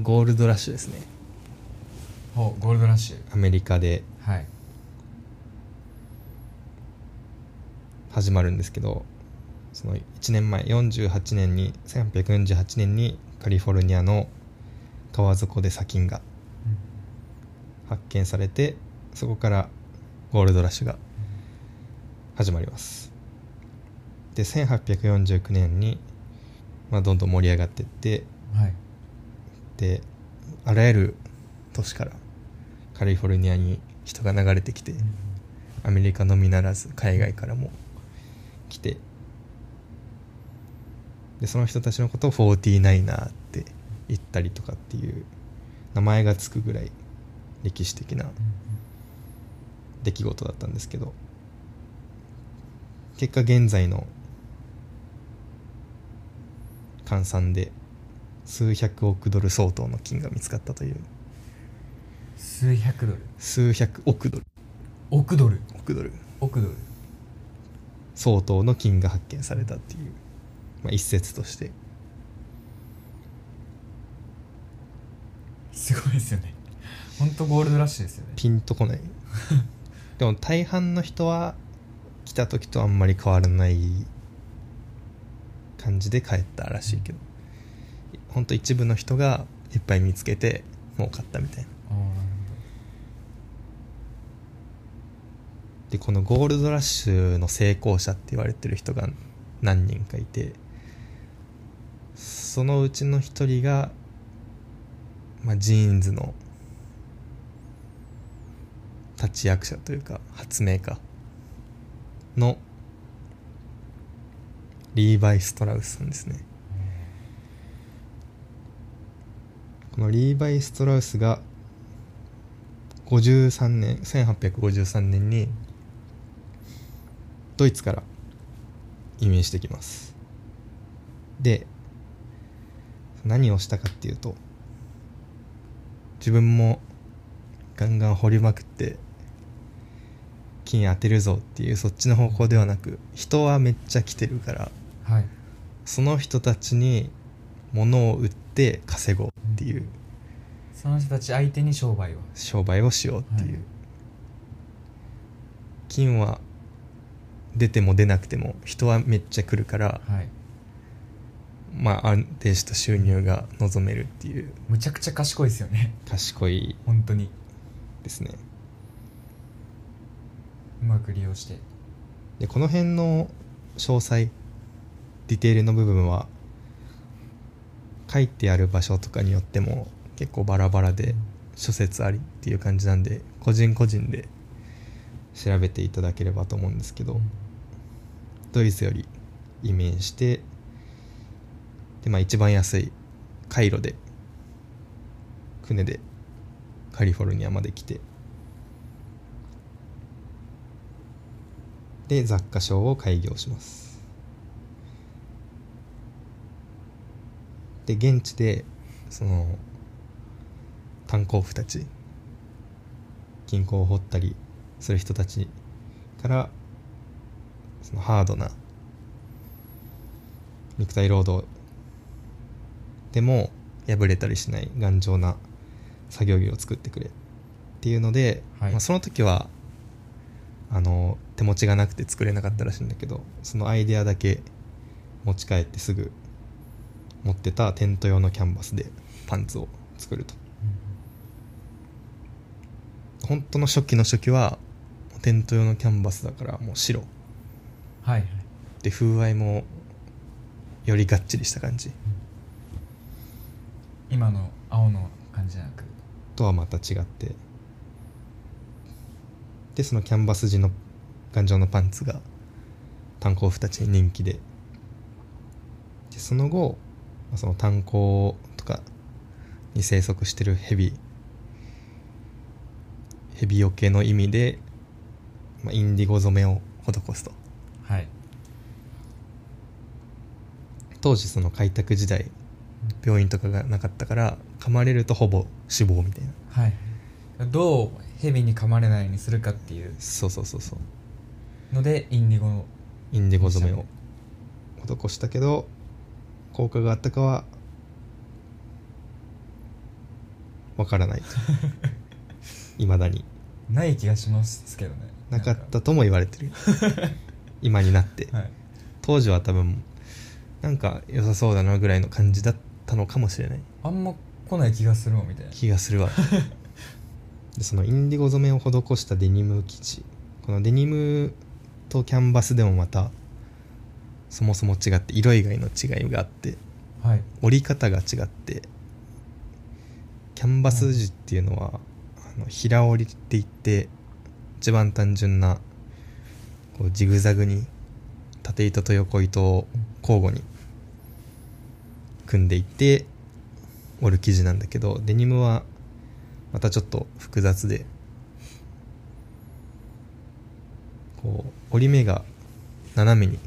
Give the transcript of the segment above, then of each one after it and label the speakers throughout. Speaker 1: ゴールドラッシュですね
Speaker 2: おゴールドラッシュ
Speaker 3: アメリカで
Speaker 2: はい
Speaker 3: 始まるんですけどその1年前48年に1848年にカリフォルニアの川底で砂金が発見されてそこからゴールドラッシュが始まりますで1849年に、まあ、どんどん盛り上がっていって
Speaker 2: はい
Speaker 3: であらゆる都市からカリフォルニアに人が流れてきて、アメリカのみならず海外からも来てでその人たちのことを 49er って言ったりとかっていう名前がつくぐらい歴史的な出来事だったんですけど結果現在の換算で数百億ドル相当の金が見つかったという
Speaker 2: 数百ドル
Speaker 3: 数百億ドル
Speaker 2: 億ドル
Speaker 3: 億ドル
Speaker 2: 億ドル
Speaker 3: 相当の金が発見されたっていう、まあ、一説として
Speaker 2: すごいですよね本当ゴールドラッシュですよね
Speaker 3: ピンとこないでも大半の人は来た時とあんまり変わらない感じで帰ったらしいけどほんと一部の人がいっぱい見つけて儲かったみたいな
Speaker 2: ああなる
Speaker 3: でこのゴールドラッシュの成功者って言われてる人が何人かいてそのうちの一人が、まあ、ジーンズの立役者というか発明家のリーバイ・ストラウスさんですねこのリーバイ・ストラウスが53年1853年にドイツから移民してきますで何をしたかっていうと自分もガンガン掘りまくって金当てるぞっていうそっちの方向ではなく人はめっちゃ来てるから
Speaker 2: ほどはい
Speaker 3: その人たちに物を売って稼ごうっていう
Speaker 2: その人たち相手に商売を
Speaker 3: 商売をしようっていう、
Speaker 2: はい
Speaker 3: 金は出ても出なくても人はめっちゃ来るから、
Speaker 2: はい
Speaker 3: まあ、安定した収入が望めるっていう
Speaker 2: むちゃくちゃ賢いですよね
Speaker 3: 賢い
Speaker 2: 本当に
Speaker 3: ですね
Speaker 2: うまく利用して
Speaker 3: でこの辺の詳細ディテールの部分は書いてある場所とかによっても結構バラバラで諸説ありっていう感じなんで個人個人で調べていただければと思うんですけど、ドイツより移民してで、まあ、一番安いカイロで船でカリフォルニアまで来てで雑貨商を開業しますで現地でその炭鉱夫たち銀行を掘ったりする人たちからそのハードな肉体労働でも破れたりしない頑丈な作業着を作ってくれっていうので、
Speaker 2: はい
Speaker 3: まあ、その時はあの手持ちがなくて作れなかったらしいんだけどそのアイデアだけ持ち帰ってすぐ持ってたテント用のキャンバスでパンツを作ると本当の初期の初期はテント用のキャンバスだからもう白
Speaker 2: はいはい
Speaker 3: で風合いもよりがっちりした感じ
Speaker 2: 今の青の感じじゃなく
Speaker 3: とはまた違ってでそのキャンバス地の頑丈なパンツが炭鉱夫たちに人気ででその後まあその炭鉱とかに生息してるヘビヘビよけの意味で、まあ、インディゴ染めを施すと
Speaker 2: はい
Speaker 3: 当時その開拓時代病院とかがなかったから噛まれるとほぼ死亡みたいな
Speaker 2: はいどう蛇に噛まれないようにするかっていう
Speaker 3: そうそうそうそう
Speaker 2: のでインディゴの
Speaker 3: インディゴ染めを施したけど効果があったかはわから ないいまだに
Speaker 2: ない気がしますけどね
Speaker 3: なかった
Speaker 2: ん
Speaker 3: とも言われてる今になって
Speaker 2: はい
Speaker 3: 当時は多分なんか良さそうだなぐらいの感じだったのかもしれない
Speaker 2: あんま来ない気がするもんみたいな
Speaker 3: 気がするわでそのインディゴ染めを施したデニム生地このデニムとキャンバスでもまたそもそも違って色以外の違いがあって
Speaker 2: はい
Speaker 3: 折り方が違ってキャンバス地っていうのは、あの平折りっていって一番単純なこうジグザグに縦糸と横糸を交互に組んでいって折る生地なんだけどデニムはまたちょっと複雑でこう折り目が斜めに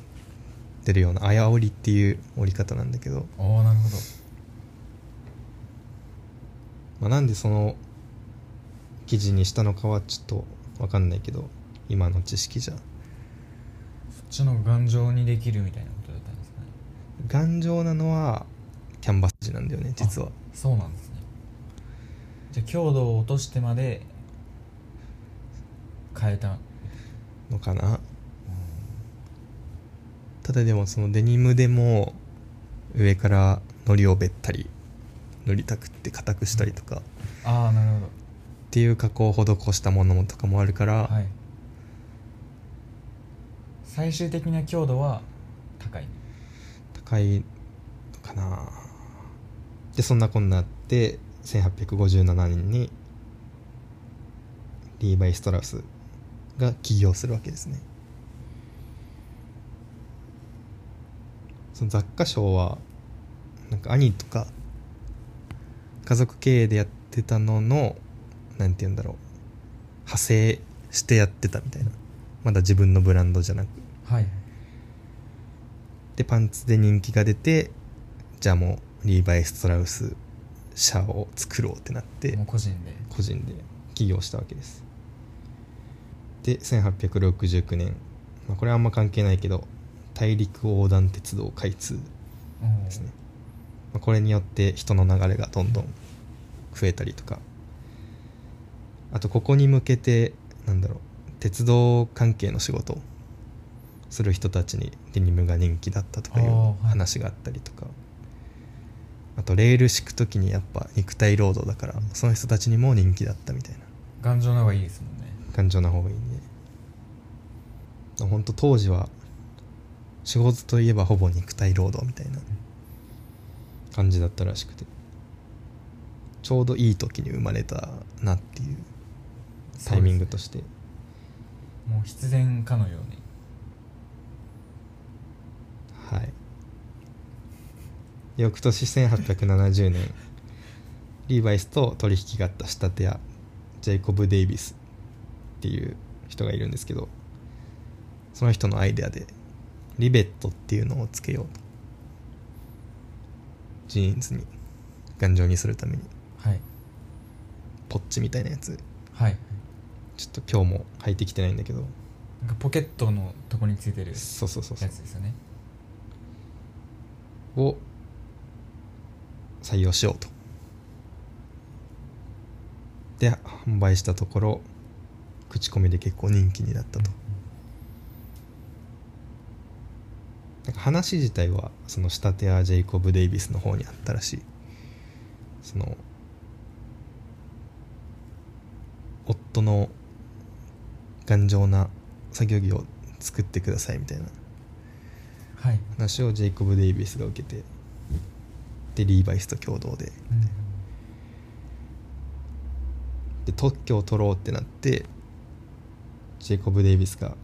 Speaker 3: 出るような綾折りっていう折り方なんだけど
Speaker 2: おおなるほど
Speaker 3: まあ、なんでその記事にしたのかはちょっと分かんないけど今の知識じゃ
Speaker 2: そっちの方が頑丈にできるみたいなことだったんですかね
Speaker 3: 頑丈なのはキャンバス地なんだよね実は
Speaker 2: そうなんですねじゃあ強度を落としてまで変えた
Speaker 3: のかなただでもそのデニムでも上から糊をべったり塗りたくって硬くしたりとかっ
Speaker 2: ああなるほ
Speaker 3: ていう加工を施したものとかもあるから、
Speaker 2: どはい最終的な強度は高い
Speaker 3: 高いのかなでそんなこんなあって1857年にリーバイ・ストラウスが起業するわけですねその雑貨商はなんか兄とか家族経営でやってたののなんて言うんだろう派生してやってたみたいなまだ自分のブランドじゃなく
Speaker 2: はい
Speaker 3: でパンツで人気が出てじゃあもうリーバイ・ストラウス社を作ろうってなって
Speaker 2: もう個人で
Speaker 3: 個人で起業したわけですで1869年、まあ、これはあんま関係ないけど大陸横断鉄道開通
Speaker 2: うん
Speaker 3: ですね、まあ、これによって人の流れがどんどん増えたりとかあとここに向けてなんだろう鉄道関係の仕事をする人たちにデニムが人気だったとかい
Speaker 2: あーは
Speaker 3: う
Speaker 2: い
Speaker 3: 話があったりとかあとレール敷く時にやっぱ肉体労働だからその人たちにも人気だったみたいな
Speaker 2: 頑丈な方がいいですもんね
Speaker 3: 頑丈な方がいいね本当当時は仕事といえばほぼ肉体労働みたいな感じだったらしくてちょうどいい時に生まれたなっていうタイミングとして、
Speaker 2: もう必然かのように
Speaker 3: はい翌年1870年リーバイスと取引があった仕立て屋ジェイコブ・デイビスっていう人がいるんですけどその人のアイデアでリベットっていうのをつけようとジーンズに頑丈にするために
Speaker 2: はい
Speaker 3: ポッチみたいなやつ
Speaker 2: はい
Speaker 3: ちょっと今日も履いてきてないんだけど
Speaker 2: なんかポケットのとこについてるやつ
Speaker 3: そうそうそうそう
Speaker 2: ですよね
Speaker 3: を採用しようとで販売したところ口コミで結構人気になったとなんか話自体はその仕立て屋ジェイコブ・デイビスの方にあったらしいその夫の頑丈な作業着を作ってくださいみたいな
Speaker 2: はい、
Speaker 3: 話をジェイコブ・デイビスが受けてでリーバイスと共同でで特許を取ろうってなってジェイコブ・デイビスが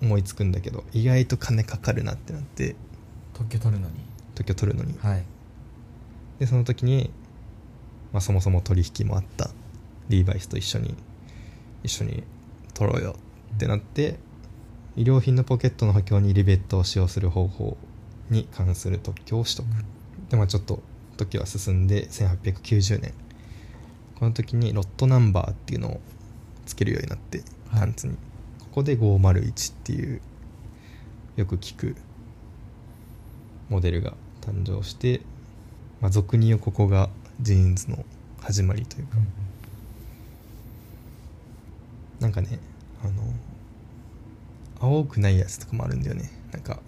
Speaker 3: 思いつくんだけど意外と金かかるなってなって
Speaker 2: 特許取るのに
Speaker 3: 特許取るのに
Speaker 2: はい
Speaker 3: でその時に、まあ、そもそも取引もあったリーバイスと一緒に一緒に取ろうよってなって医療品のポケットの補強にリベットを使用する方法に関する特許を取得でまあちょっと時は進んで1890年この時にロットナンバーっていうのをつけるようになって
Speaker 2: はい
Speaker 3: パンツに、ここで501っていうよく聞くモデルが誕生して、まあ、俗に言うここがジーンズの始まりというかなんかねあの青くないやつとかもあるんだよねなんか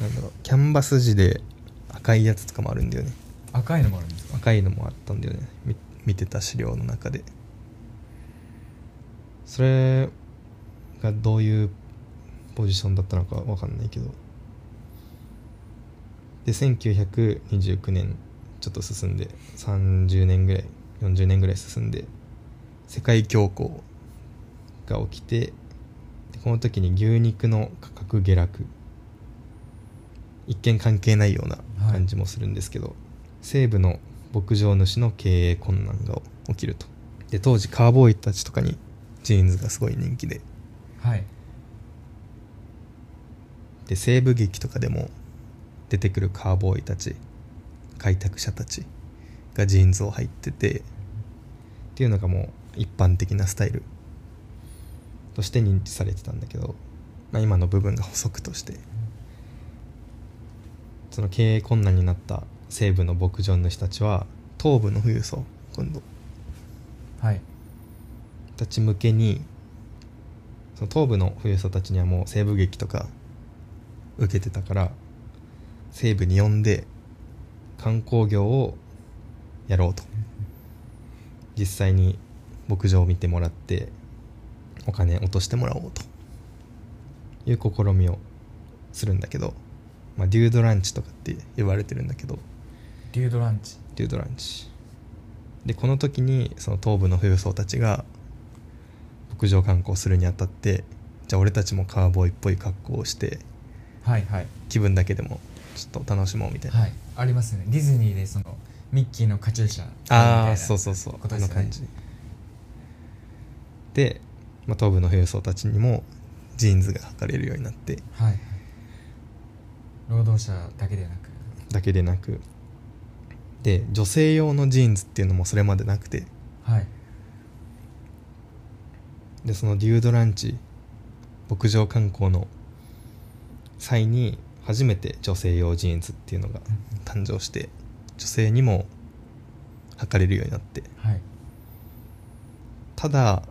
Speaker 3: なんだろうキャンバス地で赤いやつとかもあるんだよね
Speaker 2: 赤いのもあるんですか
Speaker 3: 赤いのもあったんだよねみ見てた資料の中でそれがどういうポジションだったのかわかんないけどで1929年ちょっと進んで30年ぐらい40年ぐらい進んで世界恐慌が起きてでこの時に牛肉の価格下落一見関係ないような感じもするんですけど、西部の牧場主の経営困難が起きるとで当時カーボーイたちとかにジーンズがすごい人気で
Speaker 2: はい
Speaker 3: で西部劇とかでも出てくるカーボーイたち開拓者たちがジーンズを入っててっていうのがもう一般的なスタイルとして認知されてたんだけど、まあ、今の部分が補足としてその経営困難になった西部の牧場主たちは東部の富裕層今度
Speaker 2: はい
Speaker 3: たち向けにその東部の富裕層たちにはもう西部劇とか受けてたから西部に呼んで観光業をやろうと実際に牧場を見てもらってお金落としてもらおうという試みをするんだけど、まあ、デュードランチとかって言われてるんだけど
Speaker 2: デュードランチ
Speaker 3: デュードランチでこの時にその東部の富裕層たちが牧場観光するにあたってじゃあ俺たちもカーボーイっぽい格好をして
Speaker 2: はいはい
Speaker 3: 気分だけでもちょっと楽しもうみたいな、
Speaker 2: はいありますねディズニーでそのミッキーのカチューシャ
Speaker 3: ああ
Speaker 2: みたいな
Speaker 3: そうそうそう
Speaker 2: こと
Speaker 3: あ
Speaker 2: です
Speaker 3: の
Speaker 2: よ
Speaker 3: 感
Speaker 2: ね
Speaker 3: じで、まあ、東部の富裕層たちにもジーンズが履かれるようになって
Speaker 2: はいはい労働者だけでなく
Speaker 3: だけでなくで女性用のジーンズっていうのもそれまでなくて
Speaker 2: はい
Speaker 3: でそのデュードランチ牧場観光の際に初めて女性用ジーンズっていうのが誕生して女性にも履かれるようになって
Speaker 2: はい
Speaker 3: ただ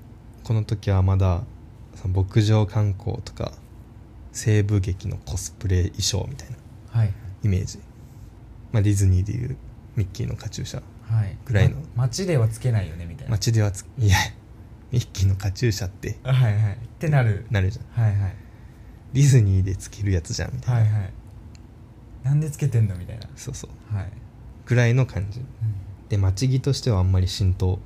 Speaker 3: この時はまだその牧場観光とか西部劇のコスプレ衣装みたいな
Speaker 2: はい
Speaker 3: イメージ、まあ、ディズニーでいうミッキーのカチューシャ
Speaker 2: はい
Speaker 3: ぐらいの
Speaker 2: ま街ではつけないよねみたいな
Speaker 3: 街ではついやミッキーのカチューシャって
Speaker 2: はいはいってなる
Speaker 3: なるじゃん
Speaker 2: はいはい
Speaker 3: ディズニーでつけるやつじゃんみたいな、
Speaker 2: はいはいなんでつけてんのみたいな
Speaker 3: そうそう
Speaker 2: はい、
Speaker 3: ぐらいの感じで町木としてはあんまり浸透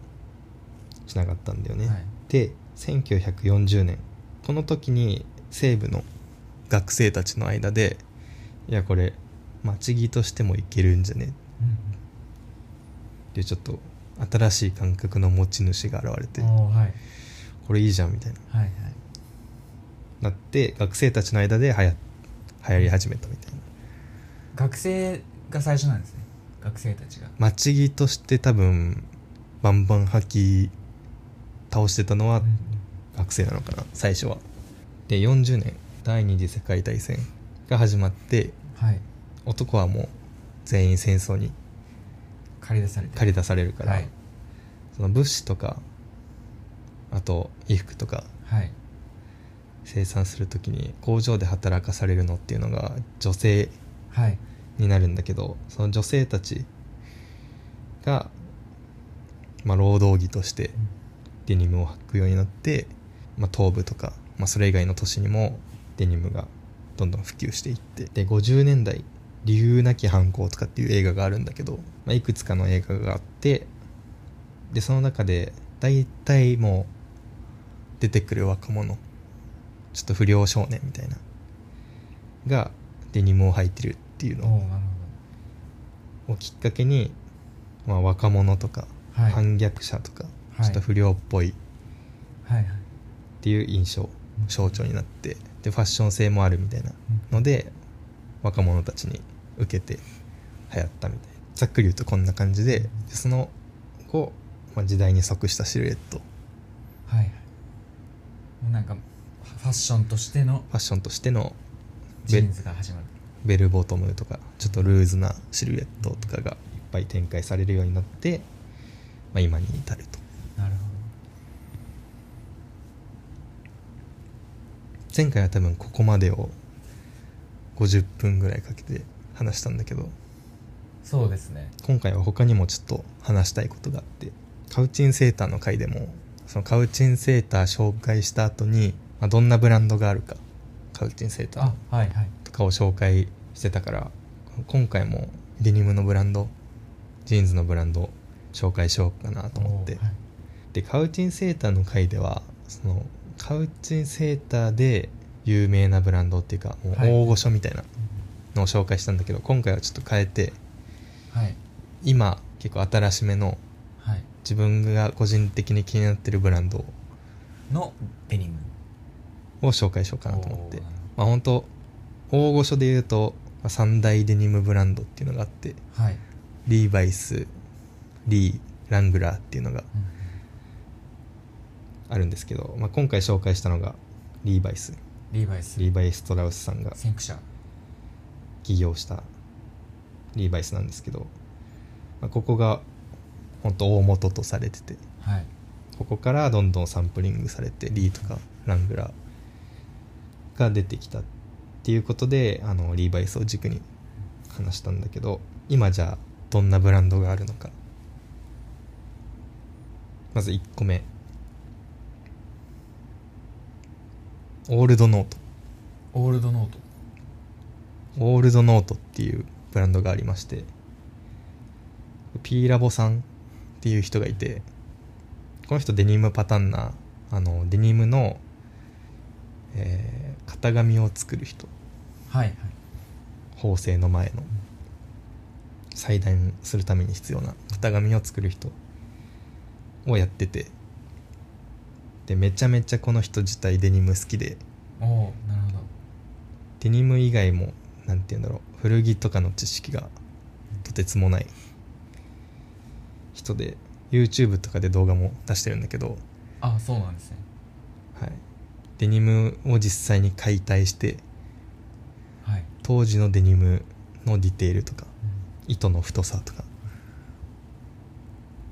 Speaker 3: しなかったんだよね、
Speaker 2: はい
Speaker 3: で1940年この時に西部の学生たちの間でいやこれ町木としてもいけるんじゃねっていうちょっと新しい感覚の持ち主が現れて
Speaker 2: うん、おーはい
Speaker 3: これいいじゃんみたいな
Speaker 2: はいはい
Speaker 3: なって学生たちの間ではや流行り始めたみたいな
Speaker 2: 学生が最初なんですね学生たちが
Speaker 3: 町木として多分バンバン吐き倒してたのは学生なのかな最初はで40年第二次世界大戦が始まって
Speaker 2: はい
Speaker 3: 男はもう全員戦争に
Speaker 2: 駆り出されて
Speaker 3: 駆り出されるから、
Speaker 2: はい
Speaker 3: その物資とかあと衣服とか
Speaker 2: はい
Speaker 3: 生産する時に工場で働かされるのっていうのが女性
Speaker 2: はい
Speaker 3: になるんだけどその女性たちが、まあ、労働着としてデニムを履くようになって、まあ、東部とか、まあ、それ以外の都市にもデニムがどんどん普及していってで50年代「理由なき犯行」とかっていう映画があるんだけど、まあ、いくつかの映画があってでその中で大体もう出てくる若者ちょっと不良少年みたいながデニムを履いてるっていう
Speaker 2: おー
Speaker 3: の
Speaker 2: なる
Speaker 3: をきっかけに、まあ、若者とか
Speaker 2: ほどはいはい
Speaker 3: 反逆者とか
Speaker 2: はい
Speaker 3: ちょっと不良っぽい
Speaker 2: は
Speaker 3: っ
Speaker 2: い
Speaker 3: ていう印象
Speaker 2: うん
Speaker 3: 象徴になってでファッション性もあるみたいな
Speaker 2: うん
Speaker 3: ので若者たちに受けて流行ったみたいなざっくり言うとこんな感じででその後、まあ、時代に即したシルエットフ
Speaker 2: はいはいもうなんかファッションとしての
Speaker 3: ァッションとしての
Speaker 2: ジーンズが始まる
Speaker 3: ベルボトムとかちょっとルーズなシルエットとかがいっぱい展開されるようになってまあ、今に至ると
Speaker 2: なる
Speaker 3: 前回は多分ここまでを50分ぐらいかけて話したんだけど
Speaker 2: ほどそうですね
Speaker 3: 今回は他にもちょっと話したいことがあってカウチンセーターの回でもそのカウチンセーター紹介した後に、まあ、どんなブランドがあるかカウチンセーター
Speaker 2: あはいはい
Speaker 3: とかを紹介してたから今回もデニムのブランドジーンズのブランドを紹介しようかなと思って、
Speaker 2: おーはい
Speaker 3: でカウチンセーターの回ではそのカウチンセーターで有名なブランドっていうかもう
Speaker 2: はい
Speaker 3: 大御所みたいなのを紹介したんだけど、今回はちょっと変えて
Speaker 2: はい
Speaker 3: 今結構新しめの
Speaker 2: はい
Speaker 3: 自分が個人的に気になってるブランド
Speaker 2: のデニム
Speaker 3: を紹介しようかなと思って
Speaker 2: おーなる
Speaker 3: まあ本当大御所で言うとまあ三大デニムブランドっていうのがあって
Speaker 2: ほどはい、
Speaker 3: リーバイスリーラングラーっていうのがあるんですけど、まあ、今回紹介したのがリーバイス
Speaker 2: リーバイス
Speaker 3: リーバイ・ストラウスさんが
Speaker 2: 先駆者
Speaker 3: 起業したリーバイスなんですけど、まあ、ここが本当大元とされてて
Speaker 2: はい
Speaker 3: ここからどんどんサンプリングされてリーとかラングラーが出てきたっていうことであのリーバイスを軸に話したんだけど今じゃあどんなブランドがあるのかまず1個目オールドノート
Speaker 2: オールドノート
Speaker 3: オールドノートっていうブランドがありまして P ラボさんっていう人がいてこの人デニムパタンナーあのデニムの、えー型紙を作る人
Speaker 2: はいはい
Speaker 3: 縫製の前の裁断するために必要な型紙を作る人をやっててでめちゃめちゃこの人自体デニム好きで
Speaker 2: おおーなるほど
Speaker 3: デニム以外もなんて言うんだろう古着とかの知識がとてつもない人で YouTube とかで動画も出してるんだけど、
Speaker 2: あそうなんですね
Speaker 3: はい、デニムを実際に解体して
Speaker 2: はい、
Speaker 3: 当時のデニムのディテールとか糸の太さとか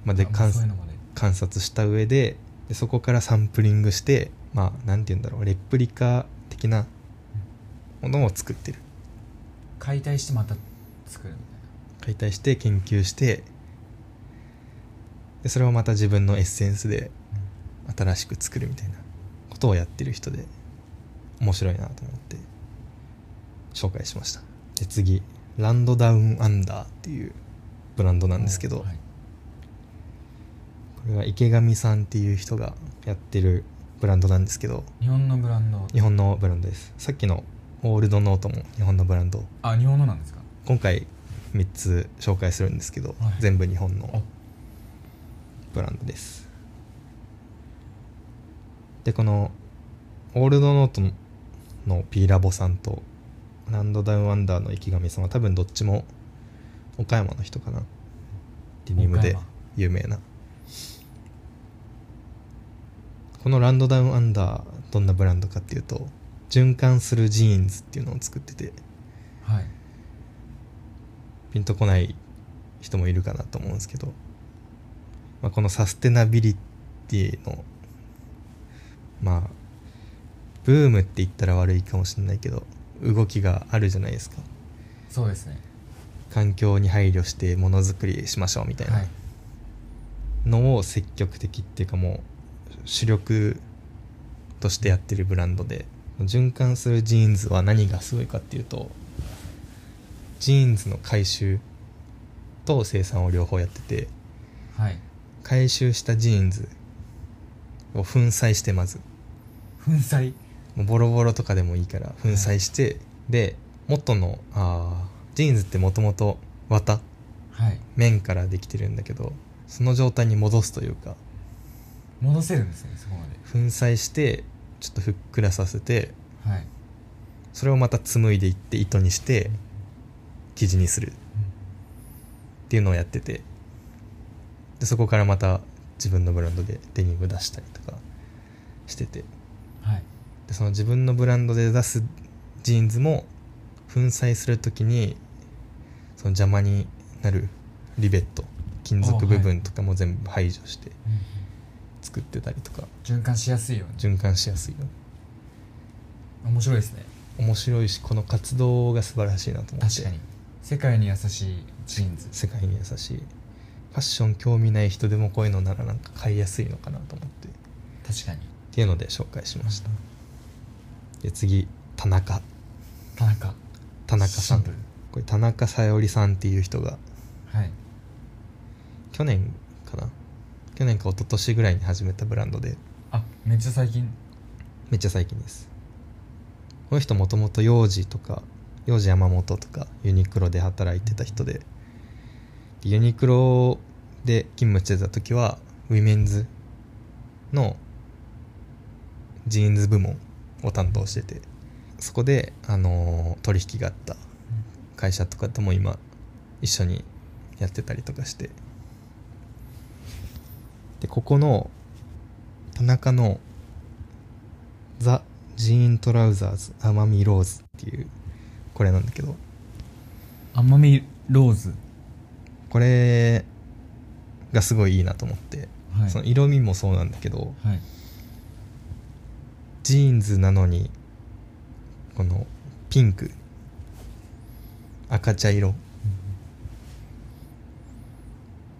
Speaker 3: まあで
Speaker 2: あもう
Speaker 3: 観
Speaker 2: そういうのまで
Speaker 3: 観察した上ででそこからサンプリングしてまあなんて言うんだろうレプリカ的なものを作ってる
Speaker 2: 解体してまた作るみたいな
Speaker 3: 解体して研究してでそれをまた自分のエッセンスで新しく作るみたいなことをやってる人で面白いなと思って紹介しましたで次ランドダウンアンダーっていうブランドなんですけど、
Speaker 2: はい
Speaker 3: これは池上さんっていう人がやってるブランドなんですけど
Speaker 2: 日本のブランド
Speaker 3: 日本のブランドですさっきのオールドノートも日本のブランド
Speaker 2: あ日本のなんですか
Speaker 3: 今回3つ紹介するんですけど、
Speaker 2: はい
Speaker 3: 全部日本
Speaker 2: あ
Speaker 3: のブランドですでこのオールドノートの P ラボさんとランドダウンアンダーの池上さんは多分どっちも岡山の人かなデニムで
Speaker 2: 岡山
Speaker 3: 有名なこのランドダウンアンダーどんなブランドかっていうと循環するジーンズっていうのを作ってて
Speaker 2: はい
Speaker 3: ピンとこない人もいるかなと思うんですけど、まあ、このサステナビリティのまあブームって言ったら悪いかもしれないけど動きがあるじゃないですか
Speaker 2: そうですね
Speaker 3: 環境に配慮してものづくりしましょうみたい
Speaker 2: は
Speaker 3: ないのを積極的っていうかもう主力としてやってるブランドで循環するジーンズは何がすごいかっていうとジーンズの回収と生産を両方やってて
Speaker 2: はい
Speaker 3: 回収したジーンズを粉砕してまず
Speaker 2: 粉砕
Speaker 3: もうボロボロとかでもいいから粉砕して、で元のあージーンズってもともと綿
Speaker 2: はい
Speaker 3: 綿からできてるんだけどその状態に戻すというか
Speaker 2: 戻せるんですねそこま
Speaker 3: 粉砕してちょっとふっくらさせて
Speaker 2: ではい、
Speaker 3: それをまた紡いでいって糸にして生地にするっていうのをやっててでそこからまた自分のブランドでデニム出したりとかしてて
Speaker 2: はい
Speaker 3: でその自分のブランドで出すジーンズも粉砕するときにその邪魔になるリベット金属部分とかも全部排除して
Speaker 2: うんうん
Speaker 3: 作ってたりとか
Speaker 2: 循環しやすいように
Speaker 3: 循環しやすいように
Speaker 2: 面白いですね
Speaker 3: 面白いしこの活動が素晴らしいなと思って
Speaker 2: 確かに世界に優しいジーンズ
Speaker 3: 世界に優しいファッション興味ない人でもこういうのならなんか買いやすいのかなと思ってっ
Speaker 2: 確かに
Speaker 3: ていうので紹介しましたで次田中
Speaker 2: 田中
Speaker 3: 田中さん
Speaker 2: シンプル
Speaker 3: これ田中さよりさんっていう人が
Speaker 2: はい
Speaker 3: 去年かな去年か一昨年ぐらいに始めたブランドで
Speaker 2: あめっちゃ最近
Speaker 3: めっちゃ最近ですこの人もともと幼児とか幼児山本とかユニクロで働いてた人ででユニクロで勤務してた時はウィメンズのジーンズ部門を担当しててそこで、あのー取引があった会社とかとも今一緒にやってたりとかしてでここの田中のザ・ジーントラウザーズ奄美ローズっていうこれなんだけど
Speaker 2: 奄美ローズ
Speaker 3: これがすごいいいなと思って、
Speaker 2: はい
Speaker 3: その色味もそうなんだけど
Speaker 2: はい
Speaker 3: ジーンズなのにこのピンク赤茶色っ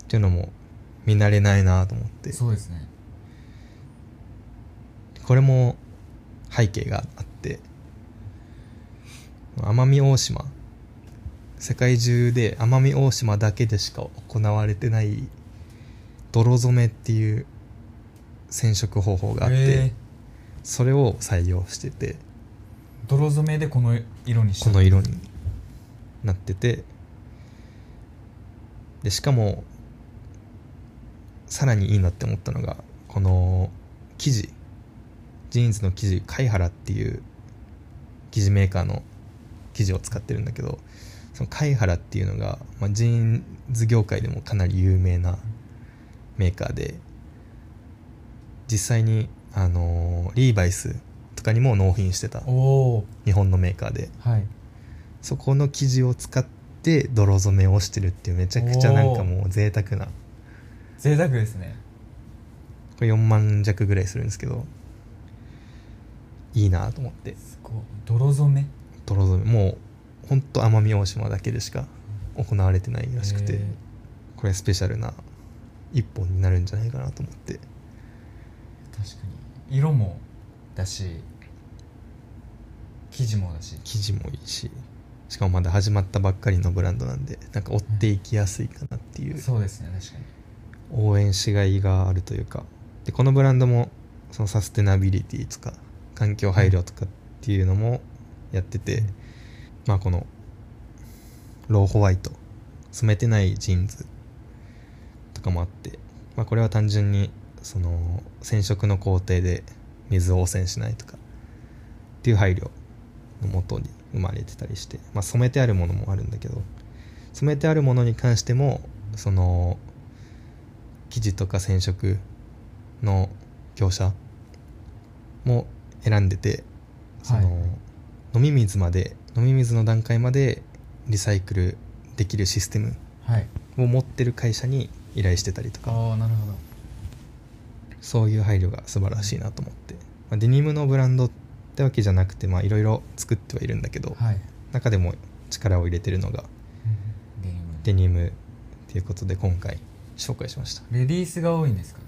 Speaker 3: ていうのも見慣れないなと思って
Speaker 2: そうですね
Speaker 3: これも背景があって奄美大島世界中で奄美大島だけでしか行われてない泥染めっていう染色方法があって、
Speaker 2: へえ
Speaker 3: それを採用してて
Speaker 2: 泥染めでこの色にした
Speaker 3: この色になっててでしかもさらにいいなって思ったのがこの生地ジーンズの生地貝原っていう生地メーカーの生地を使ってるんだけどその貝原っていうのが、まあ、ジーンズ業界でもかなり有名なメーカーで実際にあのリーバイスとかにも納品してた
Speaker 2: おお
Speaker 3: 日本のメーカーで
Speaker 2: はい
Speaker 3: そこの生地を使って泥染めをしてるっていうめちゃくちゃなんかもう贅沢なこ
Speaker 2: 贅沢ですね
Speaker 3: れ4万弱ぐらいするんですけどいいなと思って
Speaker 2: すごい泥染め
Speaker 3: 泥染めもうほんと奄美大島だけでしか行われてないらしく
Speaker 2: へ
Speaker 3: て
Speaker 2: え
Speaker 3: これスペシャルな一本になるんじゃないかなと思って
Speaker 2: 確かに色もだし生地もだし
Speaker 3: 生地もいいししかもまだ始まったばっかりのブランドなんでなんか追っていきやすいかなっていう
Speaker 2: そうですね確かに
Speaker 3: 応援しがいがあるというかでこのブランドもそのサステナビリティとか環境配慮とかっていうのもやってて、
Speaker 2: うん
Speaker 3: まあこのローホワイト染めてないジーンズとかもあって、まあ、これは単純にその染色の工程で水を汚染しないとかっていう配慮のもとに生まれてたりして、まあ、染めてあるものもあるんだけど染めてあるものに関してもその生地とか染色の業者も選んでてその、
Speaker 2: はい
Speaker 3: 飲み水まで飲み水の段階までリサイクルできるシステム
Speaker 2: はい
Speaker 3: を持ってる会社に依頼してたりとか
Speaker 2: ああなるほど
Speaker 3: そういう配慮が素晴らしいなと思って、まあ、デニムのブランドってわけじゃなくてまあいろいろ作ってはいるんだけど、
Speaker 2: はい
Speaker 3: 中でも力を入れてるのが
Speaker 2: デニム
Speaker 3: デニムっていうことで今回紹介しました
Speaker 2: レディースが多いんですかね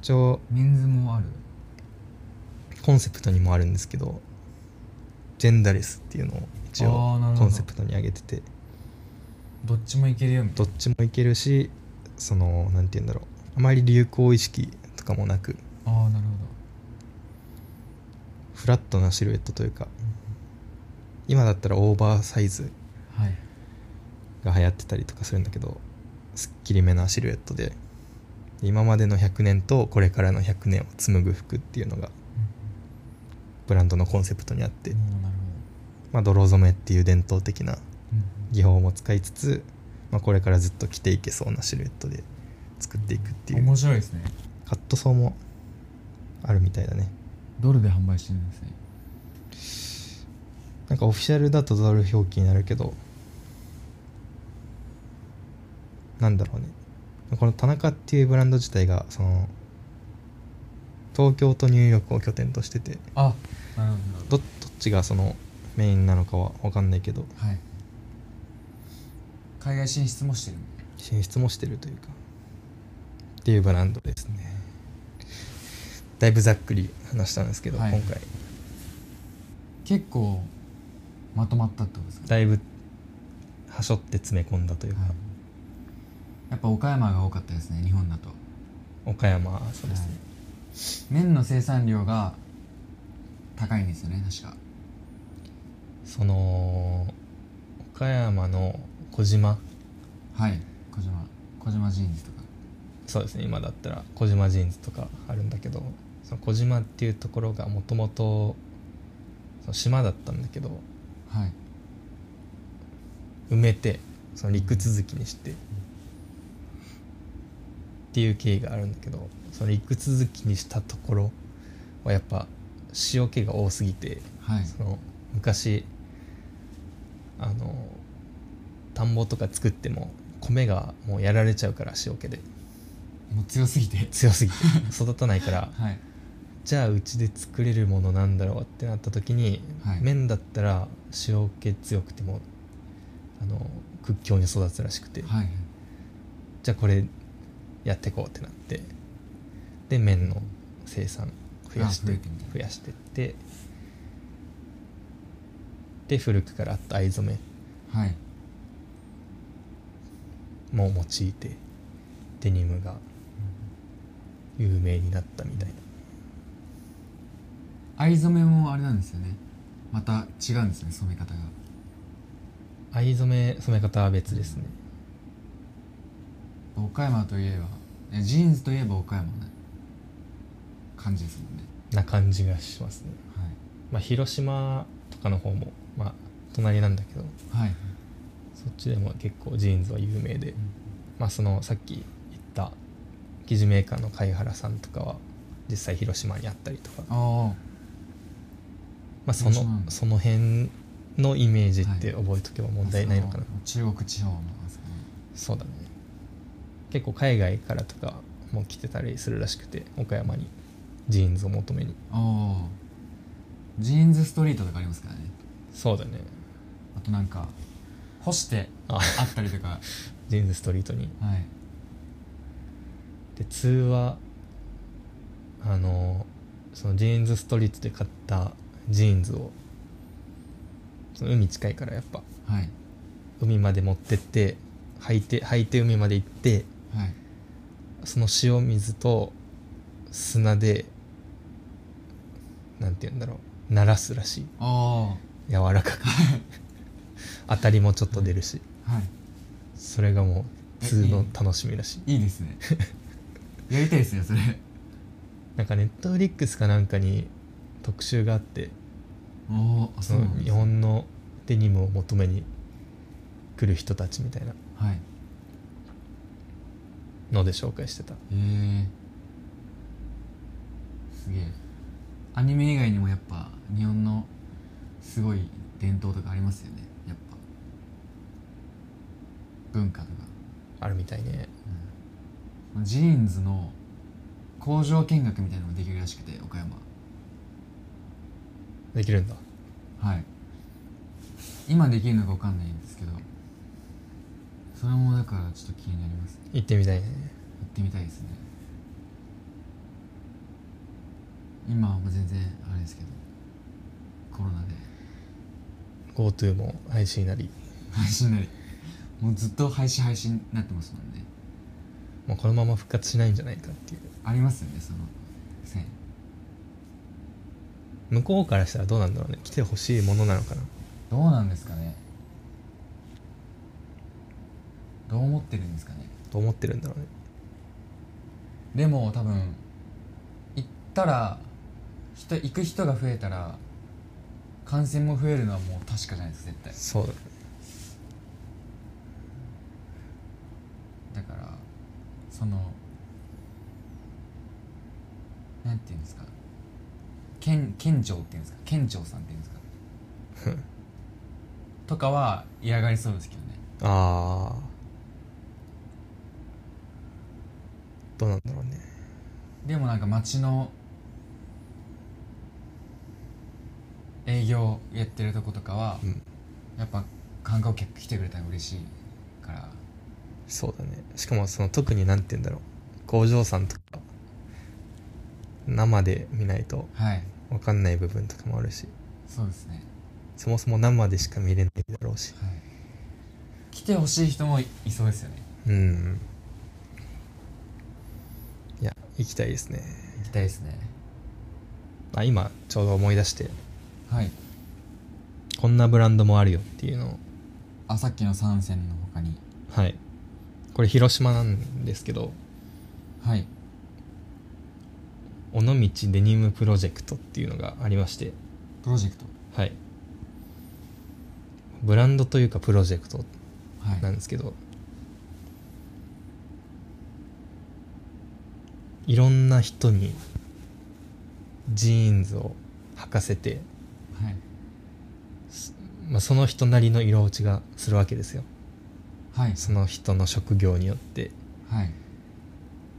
Speaker 3: 一応
Speaker 2: メンズもある
Speaker 3: コンセプトにもあるんですけどジェンダレスっていうのを一
Speaker 2: あーなる
Speaker 3: 応コ
Speaker 2: ほど
Speaker 3: ンセプトに挙げてて
Speaker 2: どっちもいけるよみた
Speaker 3: どっ
Speaker 2: い
Speaker 3: ちもいけるしそのなんて言うんだろうあまり流行意識とかもなく
Speaker 2: なああなるほ
Speaker 3: フラットなシルエットというか今だったらオーバーサイズ
Speaker 2: どはい
Speaker 3: が流行ってたりとかするんだけどすっきりめなシルエットで今までの100年とこれからの100年を紡ぐ服っていうのがブランドのコンセプトにあって
Speaker 2: お、ーなる
Speaker 3: まあ、泥染めっていう伝統的な
Speaker 2: ほどうん
Speaker 3: 技法も使いつつ、まあ、これからずっと着ていけそうなシルエットで作っていくっていう
Speaker 2: 面白いですね
Speaker 3: カットソーもあるみたいだね
Speaker 2: ドルで販売してるんですね
Speaker 3: なんかオフィシャルだとドル表記になるけどなんだろうねこの田中っていうブランド自体がその東京とニューヨークを拠点としてて
Speaker 2: あなるほ
Speaker 3: どど
Speaker 2: ど
Speaker 3: っちがそのメインなのかは分かんないけど
Speaker 2: はい海外進出もしてる
Speaker 3: 進出もしてるというかっていうブランドですねだいぶざっくり話したんですけど、
Speaker 2: はい
Speaker 3: 今回
Speaker 2: 結構まとまったってことですか
Speaker 3: だいぶはしょって詰め込んだというか、
Speaker 2: はいやっぱ岡山が多かったですね日本だと
Speaker 3: 岡山そうですね、
Speaker 2: はい麺の生産量が高いんですよね確か
Speaker 3: その岡山の小島
Speaker 2: はい小島小島ジーンズとか
Speaker 3: そうですね今だったら小島ジーンズとかあるんだけどその小島っていうところがもともと島だったんだけど
Speaker 2: はい
Speaker 3: 埋めてその陸続きにしてっていう経緯があるんだけどその陸続きにしたところはやっぱ塩気が多すぎて
Speaker 2: はい
Speaker 3: その昔あの田んぼとか作っても米がもうやられちゃうから塩気で
Speaker 2: もう強すぎて
Speaker 3: 強すぎ て育たないから
Speaker 2: はい
Speaker 3: じゃあうちで作れるものなんだろうってなった時に、
Speaker 2: はい
Speaker 3: 麺だったら塩気強くてもあの屈強に育つらしくて、
Speaker 2: はい
Speaker 3: じゃあこれやってこうってなってで麺の生産増やして
Speaker 2: あ増えてみたいな
Speaker 3: 増やしてってで古くからあった藍染め
Speaker 2: はい
Speaker 3: も用いてデニムが有名になったみたいな
Speaker 2: 藍染めもあれなんですよねまた違うんですね染め方が
Speaker 3: 藍染め染め方は別ですね
Speaker 2: 岡山といえばえジーンズといえば岡山のね感じですもんね
Speaker 3: な感じがしますね
Speaker 2: は
Speaker 3: まあ広島とかの方もまあ隣なんだけど
Speaker 2: いはい
Speaker 3: そっちでも結構ジーンズは有名で、まあそのさっき言った生地メーカーの貝原さんとかは実際広島にあったりとか、ま
Speaker 2: ああ
Speaker 3: あ、その
Speaker 2: 広島なんだ
Speaker 3: その辺のイメージって覚えとけば問題ないのかな、
Speaker 2: その中国地方のあそこ
Speaker 3: そうだね結構海外からとかも来てたりするらしくて岡山にジーンズを求めに
Speaker 2: ああジーンズストリートとかありますからね
Speaker 3: そうだね
Speaker 2: あとなんか干して
Speaker 3: あ
Speaker 2: あったりとか
Speaker 3: ジーンズストリートに
Speaker 2: はい
Speaker 3: で通話あのそのジーンズストリートで買ったジーンズをその海近いからやっぱ
Speaker 2: はい
Speaker 3: 海まで持ってって履いて履いて海まで行って
Speaker 2: はい
Speaker 3: その塩水と砂でなんて言うんだろう慣らすらしい
Speaker 2: あ
Speaker 3: 柔らかく当たりもちょっと出るし
Speaker 2: あは
Speaker 3: それがもう通
Speaker 2: えい
Speaker 3: の
Speaker 2: い
Speaker 3: 楽しみらしい
Speaker 2: いいいで すねやりたいですねそれ
Speaker 3: なんかネットフリックスかなんかに特集があって
Speaker 2: おお
Speaker 3: その日本のデニムを求めに来る人たちみたいな
Speaker 2: はい
Speaker 3: ので紹介してた
Speaker 2: へえすげえアニメ以外にもやっぱ日本のすごい伝統とかありますよねやっぱ文化とか
Speaker 3: あるみたいね
Speaker 2: ジーンズの工場見学みたいなのもできるらしくて岡山
Speaker 3: できるんだ
Speaker 2: はい今できるのか分かんないんですけどそれもだからちょっと気になります
Speaker 3: 行ってみたいね
Speaker 2: 行ってみたいですね今はもう全然あれですけどコロナで
Speaker 3: GoTo も廃止になり
Speaker 2: 配信なりもうずっと廃止廃止になってますもんね
Speaker 3: もうこのまま復活しないんじゃないかっていう
Speaker 2: ありますよねその線
Speaker 3: 向こうからしたらどうなんだろうね来てほしいものなのかな
Speaker 2: どうなんですかねどう思ってるんですかね
Speaker 3: と思ってるんだろうね
Speaker 2: でも多分行ったら人行く人が増えたら感染も増えるのはもう確かじゃないですか絶対
Speaker 3: そうだね
Speaker 2: だからそのなんていうんですか県県庁っていうんですか県庁さんっていうんですかとかは嫌がりそうですけどね
Speaker 3: ああどうなんだろうね
Speaker 2: でもなんか町の営業やってるとことかは、
Speaker 3: うん
Speaker 2: やっぱ観光客来てくれたら嬉しいから
Speaker 3: そうだねしかもその特になんて言うんだろう工場さんとか生で見ないと
Speaker 2: はい
Speaker 3: 分かんない部分とかもあるし
Speaker 2: そうですね、
Speaker 3: そもそも生でしか見れないだろうし
Speaker 2: はい、来てほしい人もいいそうですよね
Speaker 3: うんいや行きたいですね
Speaker 2: 行きたいですね
Speaker 3: あ今ちょうど思い出して
Speaker 2: はい
Speaker 3: こんなブランドもあるよっていうのを
Speaker 2: あさっきの三線の他に
Speaker 3: はいこれ広島なんですけど
Speaker 2: はい
Speaker 3: 尾道デニムプロジェクトっていうのがありまして
Speaker 2: プロジェクト
Speaker 3: はいブランドというかプロジェクト
Speaker 2: はい
Speaker 3: なんですけどいろんな人にジーンズを履かせて、
Speaker 2: はい
Speaker 3: まあ、その人なりの色落ちがするわけですよ
Speaker 2: はい
Speaker 3: その人の職業によって
Speaker 2: はい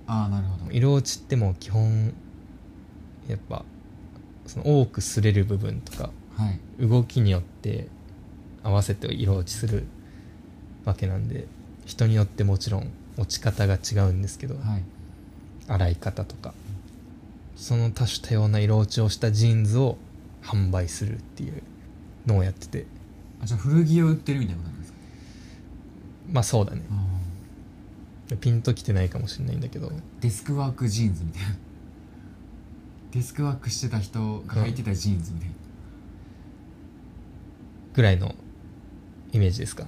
Speaker 2: ああなるほど
Speaker 3: 色落ちってもう基本やっぱその多く擦れる部分とか
Speaker 2: はい
Speaker 3: 動きによって合わせて色落ちするわけなんで人によってもちろん落ち方が違うんですけど、
Speaker 2: はい
Speaker 3: 洗い方とかその多種多様な色落ちをしたジーンズを販売するっていうのをやってて
Speaker 2: あじゃあ古着を売ってるみたいなことなんですか
Speaker 3: まあそうだね
Speaker 2: ああ
Speaker 3: ピンときてないかもしれないんだけど
Speaker 2: デスクワークジーンズみたいなデスクワークしてた人が履いてたジーンズみたいな、
Speaker 3: ぐらいのイメージですか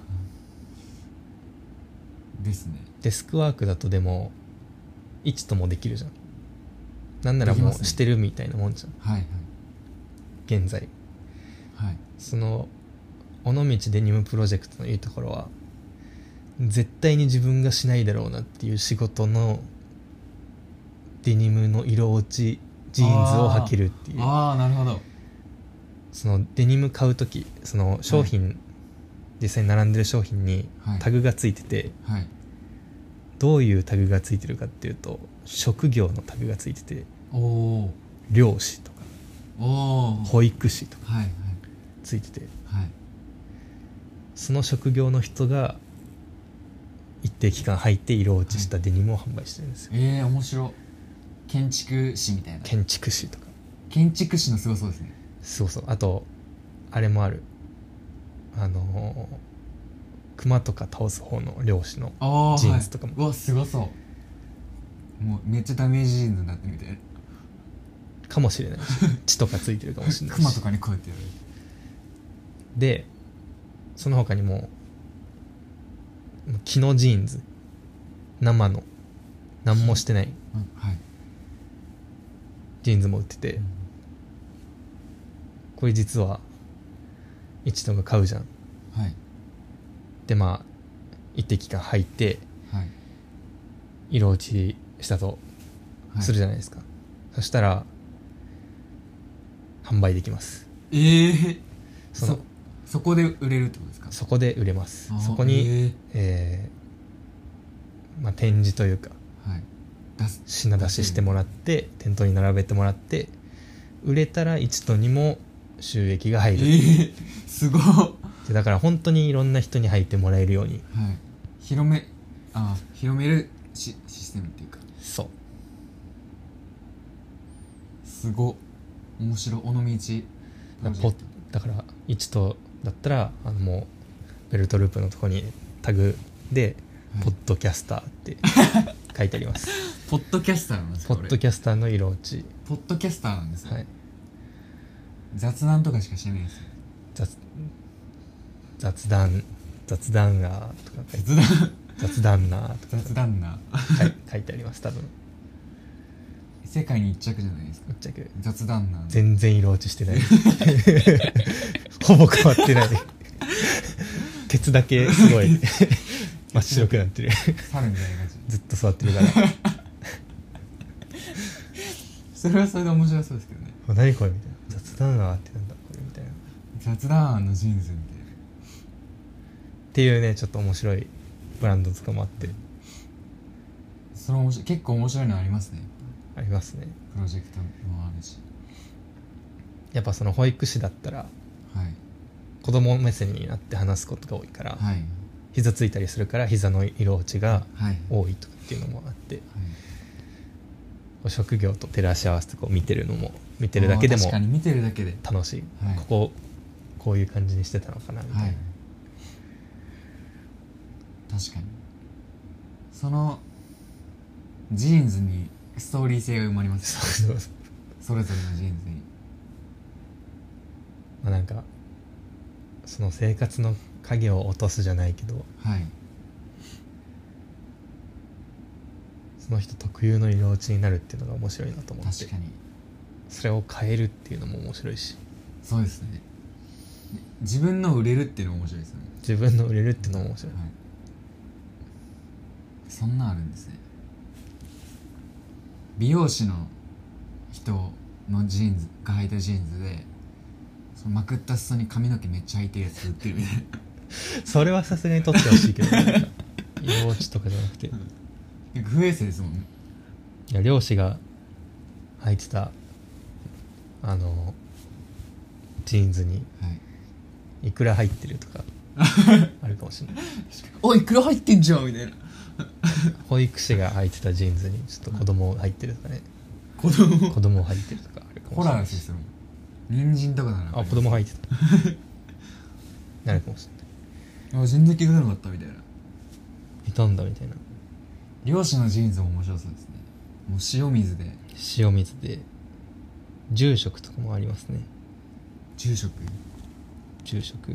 Speaker 2: ですね
Speaker 3: デスクワークだとでも位置ともできるじゃんなんなら
Speaker 2: でき
Speaker 3: もう
Speaker 2: ますね
Speaker 3: してるみたいなもんじゃん
Speaker 2: はいはい
Speaker 3: 現在
Speaker 2: はい
Speaker 3: その尾道デニムプロジェクトのいいところは絶対に自分がしないだろうなっていう仕事のデニムの色落ちジーンズを履けるっていう
Speaker 2: ああなるほど
Speaker 3: そのデニム買う時その商品、実際に並んでる商品に
Speaker 2: はい
Speaker 3: タグがついてて、
Speaker 2: はい
Speaker 3: どういうタグがついてるかっていうと職業のタグがついてて
Speaker 2: おお
Speaker 3: 漁師とか
Speaker 2: おお
Speaker 3: 保育士とか
Speaker 2: はいはい
Speaker 3: ついてて
Speaker 2: はい
Speaker 3: その職業の人が一定期間履いて色落ちしたデニムを販売してるんですよ、
Speaker 2: ええー、面白建築士みたいな
Speaker 3: 建築士とか
Speaker 2: 建築士のすごそうですね
Speaker 3: そうそうあとあれもあるあのー熊とか倒す方の漁師の
Speaker 2: ああ
Speaker 3: ジーンズとかも
Speaker 2: はいうわすごそうもうめっちゃダメージジーンズになってるみたいな
Speaker 3: かもしれないし 血とかついてるかもしれないし
Speaker 2: 熊とかにこうやってやる
Speaker 3: でその他にも木のジーンズ生の何もしてない
Speaker 2: うんはい
Speaker 3: ジーンズも売っててこれ実は一度が買うじゃん
Speaker 2: はい
Speaker 3: でまあ一定期間履いて
Speaker 2: はい
Speaker 3: 色落ちしたと
Speaker 2: はい
Speaker 3: するじゃないですか、そしたら販売できます
Speaker 2: ええ
Speaker 3: その
Speaker 2: そそこで売れるってことですか
Speaker 3: そこで売れます
Speaker 2: あー
Speaker 3: そこに、
Speaker 2: え
Speaker 3: えーまあ、展示というか
Speaker 2: ーはい出す
Speaker 3: 品出ししてもらって店頭に並べてもらって売れたら1と2も収益が入
Speaker 2: え
Speaker 3: る、
Speaker 2: ー、すごっは
Speaker 3: でだから本当にいろんな人に入ってもらえるように
Speaker 2: い広めあ広めるシシステムっていうか
Speaker 3: そう
Speaker 2: すごっ面白い尾道プロジェ
Speaker 3: ポ
Speaker 2: クト
Speaker 3: だから1とだったらあのもうベルトループのとこにタグで「
Speaker 2: はい
Speaker 3: ポッドキャスター」って書いてあり ます、
Speaker 2: ポッドキャスターなんです
Speaker 3: ポ
Speaker 2: か
Speaker 3: ッド
Speaker 2: 俺
Speaker 3: キャスターの色落ち、
Speaker 2: ポッドキャスターなんですよ、
Speaker 3: はい、
Speaker 2: 雑談とかしかしてないですよ
Speaker 3: 雑雑談雑談がとか書いて
Speaker 2: 雑談
Speaker 3: 雑談なーとか
Speaker 2: 雑談な
Speaker 3: 書い書いてあります多分
Speaker 2: 世界に一着じゃないですか
Speaker 3: ぶっちゃけ
Speaker 2: 雑談な
Speaker 3: 全然色落ちしてない ほぼ変わって ないケツだけすごい真っ白くなってる
Speaker 2: 猿みたいな感じ
Speaker 3: ずっと座ってるから
Speaker 2: それはそれで面白そうですけどね
Speaker 3: 「何これ」みたいな「雑談があってなんだこれ」みたいなっ
Speaker 2: 雑談のジーンズみたいな
Speaker 3: ていうねちょっと面白いブランドとかもあって
Speaker 2: それ面白い結構面白いのありますね
Speaker 3: ありますね
Speaker 2: プロジェクトもあるし
Speaker 3: やっぱその保育士だったら
Speaker 2: はい
Speaker 3: 子供目線になって話すことが多いから、
Speaker 2: はい
Speaker 3: 膝ついたりするから膝の色落ちが
Speaker 2: はいはい
Speaker 3: 多いとかっていうのもあって職業と照らし合わせてこう見てるのも見てるだけで
Speaker 2: あ
Speaker 3: も
Speaker 2: ー確かに見てるだけで
Speaker 3: 楽しい、
Speaker 2: はい
Speaker 3: こここういう感じにしてたのかなみたいな、
Speaker 2: はい確かにそのジーンズにストーリー性が生まれま す
Speaker 3: そうそうそう
Speaker 2: それぞれのジーンズに
Speaker 3: まあなんかその生活の影を落とすじゃないけど
Speaker 2: はい
Speaker 3: その人特有の色落ちになるっていうのが面白いなと思って
Speaker 2: 確かに
Speaker 3: それを変えるっていうのも面白いし
Speaker 2: そうですねで自分の売れるっていうのも面白いですよね、
Speaker 3: 自分の売れるっていうのも面白い
Speaker 2: はい、そんなんあるんですね美容師の人のジーンズが履いたジーンズでそのまくった裾に髪の毛めっちゃ履いてるやつ売ってるみた いな
Speaker 3: それはさすがに取ってほしいけど、 ね、色落ちとかじゃなくてい
Speaker 2: なんか不衛生ですもんね
Speaker 3: や漁師が履いてたあのジーンズに
Speaker 2: はい
Speaker 3: いくら入ってると かあるかもしれない
Speaker 2: おいいくら入ってんじゃんみたいな
Speaker 3: 保育士が履いてたジーンズにちょっと子供入ってるとかね
Speaker 2: 子供
Speaker 3: 子供入ってるとかあるかも
Speaker 2: ホ
Speaker 3: しれ
Speaker 2: ラー
Speaker 3: な
Speaker 2: で
Speaker 3: い
Speaker 2: すよ人参とかなら
Speaker 3: あ子供入ってた なるかもしれない
Speaker 2: あ全然気づかなかったみたいない
Speaker 3: たんだみたいな
Speaker 2: 漁師のジーンズも面白そうですねもう塩水で
Speaker 3: 塩水で住職とかもありますね
Speaker 2: 住職
Speaker 3: 住職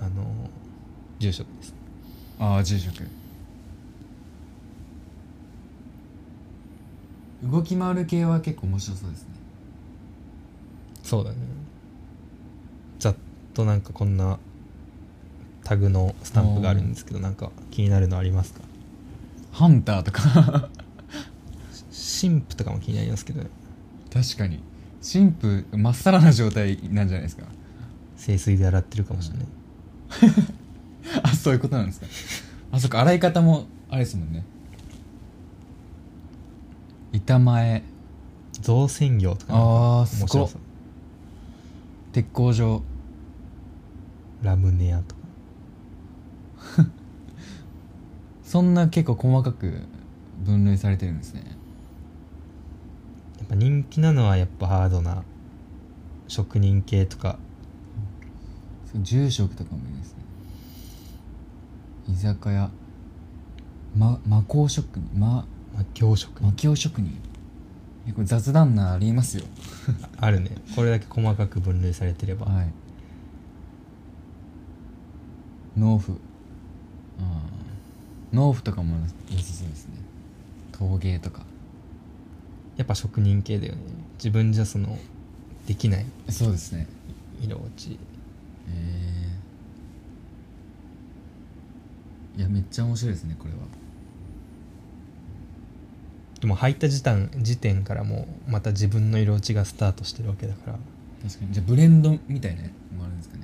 Speaker 3: あの住職ですね
Speaker 2: ああ住職動き回る系は結構面白そうですね
Speaker 3: そうだねざっとなんかこんなタグのスタンプがあるんですけどなんか気になるのありますか
Speaker 2: ハンターとか
Speaker 3: 神父とかも気になりますけどね
Speaker 2: 確かに神父まっさらな状態なんじゃないですか
Speaker 3: 清水で洗ってるかもしれない、
Speaker 2: あそういうことなんですかあそっか洗い方もあれですもんね板前
Speaker 3: 造船業とか
Speaker 2: あー
Speaker 3: なんか
Speaker 2: すご
Speaker 3: 面
Speaker 2: っ
Speaker 3: 白そう
Speaker 2: 鉄工場
Speaker 3: ラムネ屋とか
Speaker 2: そんな結構細かく分類されてるんですね
Speaker 3: やっぱ人気なのはやっぱハードな職人系とか
Speaker 2: そう住職とかもいいですね居酒屋ま魔工職人ま
Speaker 3: まあ教職
Speaker 2: 魔教職人えこれ雑談なありますよ
Speaker 3: あるねこれだけ細かく分類されてれば、
Speaker 2: はい農夫あー農夫とかも良さそうですね陶芸とか
Speaker 3: やっぱ職人系だよね自分じゃそのできない
Speaker 2: そうですね
Speaker 3: 色落ち
Speaker 2: えー、いやめっちゃ面白いですねこれは
Speaker 3: でも入った時点時点からもうまた自分の色落ちがスタートしてるわけだから
Speaker 2: 確かにじゃあブレンドみたいなのもあるんですかね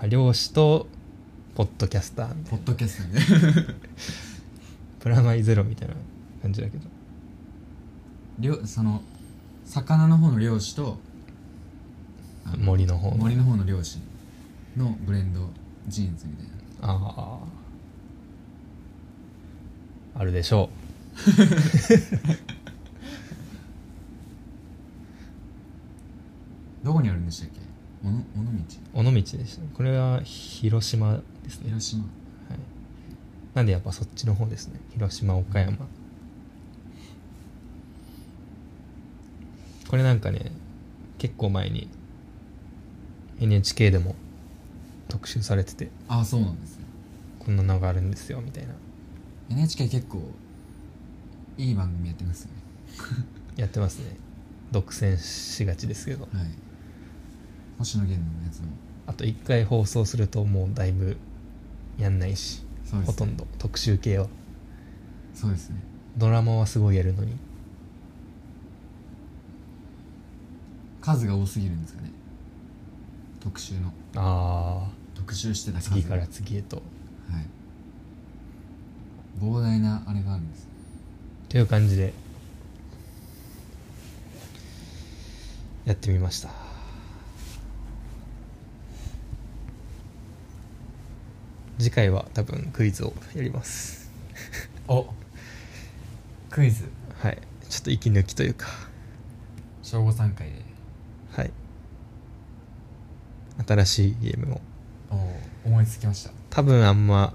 Speaker 3: あ漁師とポッドキャスターみた
Speaker 2: ポ
Speaker 3: い
Speaker 2: ッ
Speaker 3: な
Speaker 2: ドキャストね
Speaker 3: プラマイゼロみたいな感じだけど
Speaker 2: 漁その魚の方の漁師とあの
Speaker 3: 森の方の
Speaker 2: 森の方の漁師のブレンドジーンズみたいな
Speaker 3: あああるでしょ
Speaker 2: どこにあるんでしたっけ尾道
Speaker 3: う尾道でしたねこれは広島ですね、はい、
Speaker 2: 広島
Speaker 3: なんでやっぱそっちの方ですね広島岡山これなんかね結構前に NHK でも特集されてて
Speaker 2: ああそうなんですね
Speaker 3: こんなのがあるんですよみたいな
Speaker 2: NHK 結構いい番組やってますよね
Speaker 3: やってますね独占しがちですけど
Speaker 2: はい星野源のやつも
Speaker 3: あと1回放送するともうだいぶやんないし
Speaker 2: そうですね
Speaker 3: ほとんど特集系は
Speaker 2: そうですね
Speaker 3: ドラマはすごいやるのに
Speaker 2: 数が多すぎるんですかね特集の
Speaker 3: ああ
Speaker 2: 特集してた数
Speaker 3: 次から
Speaker 2: はい
Speaker 3: 次へと
Speaker 2: 膨大なあれがあるんです
Speaker 3: という感じでやってみました次回は多分クイズをやります
Speaker 2: おクイズ
Speaker 3: はいちょっと息抜きというか
Speaker 2: 正午3回で
Speaker 3: はい新しいゲームを
Speaker 2: おお思いつきました
Speaker 3: 多分あんま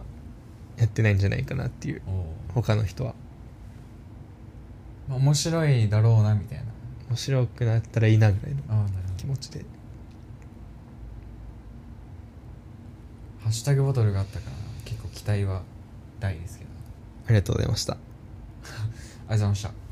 Speaker 3: やってないんじゃないかなっていう
Speaker 2: おお、
Speaker 3: 他の人は
Speaker 2: まあ、面白いだろうなみたいな
Speaker 3: 面白くなったらいいなぐらいの
Speaker 2: ああなるほ
Speaker 3: 気持ちで
Speaker 2: どハッシュタグボトルがあったから結構期待は大ですけど
Speaker 3: ありがとうございました
Speaker 2: ありがとうございました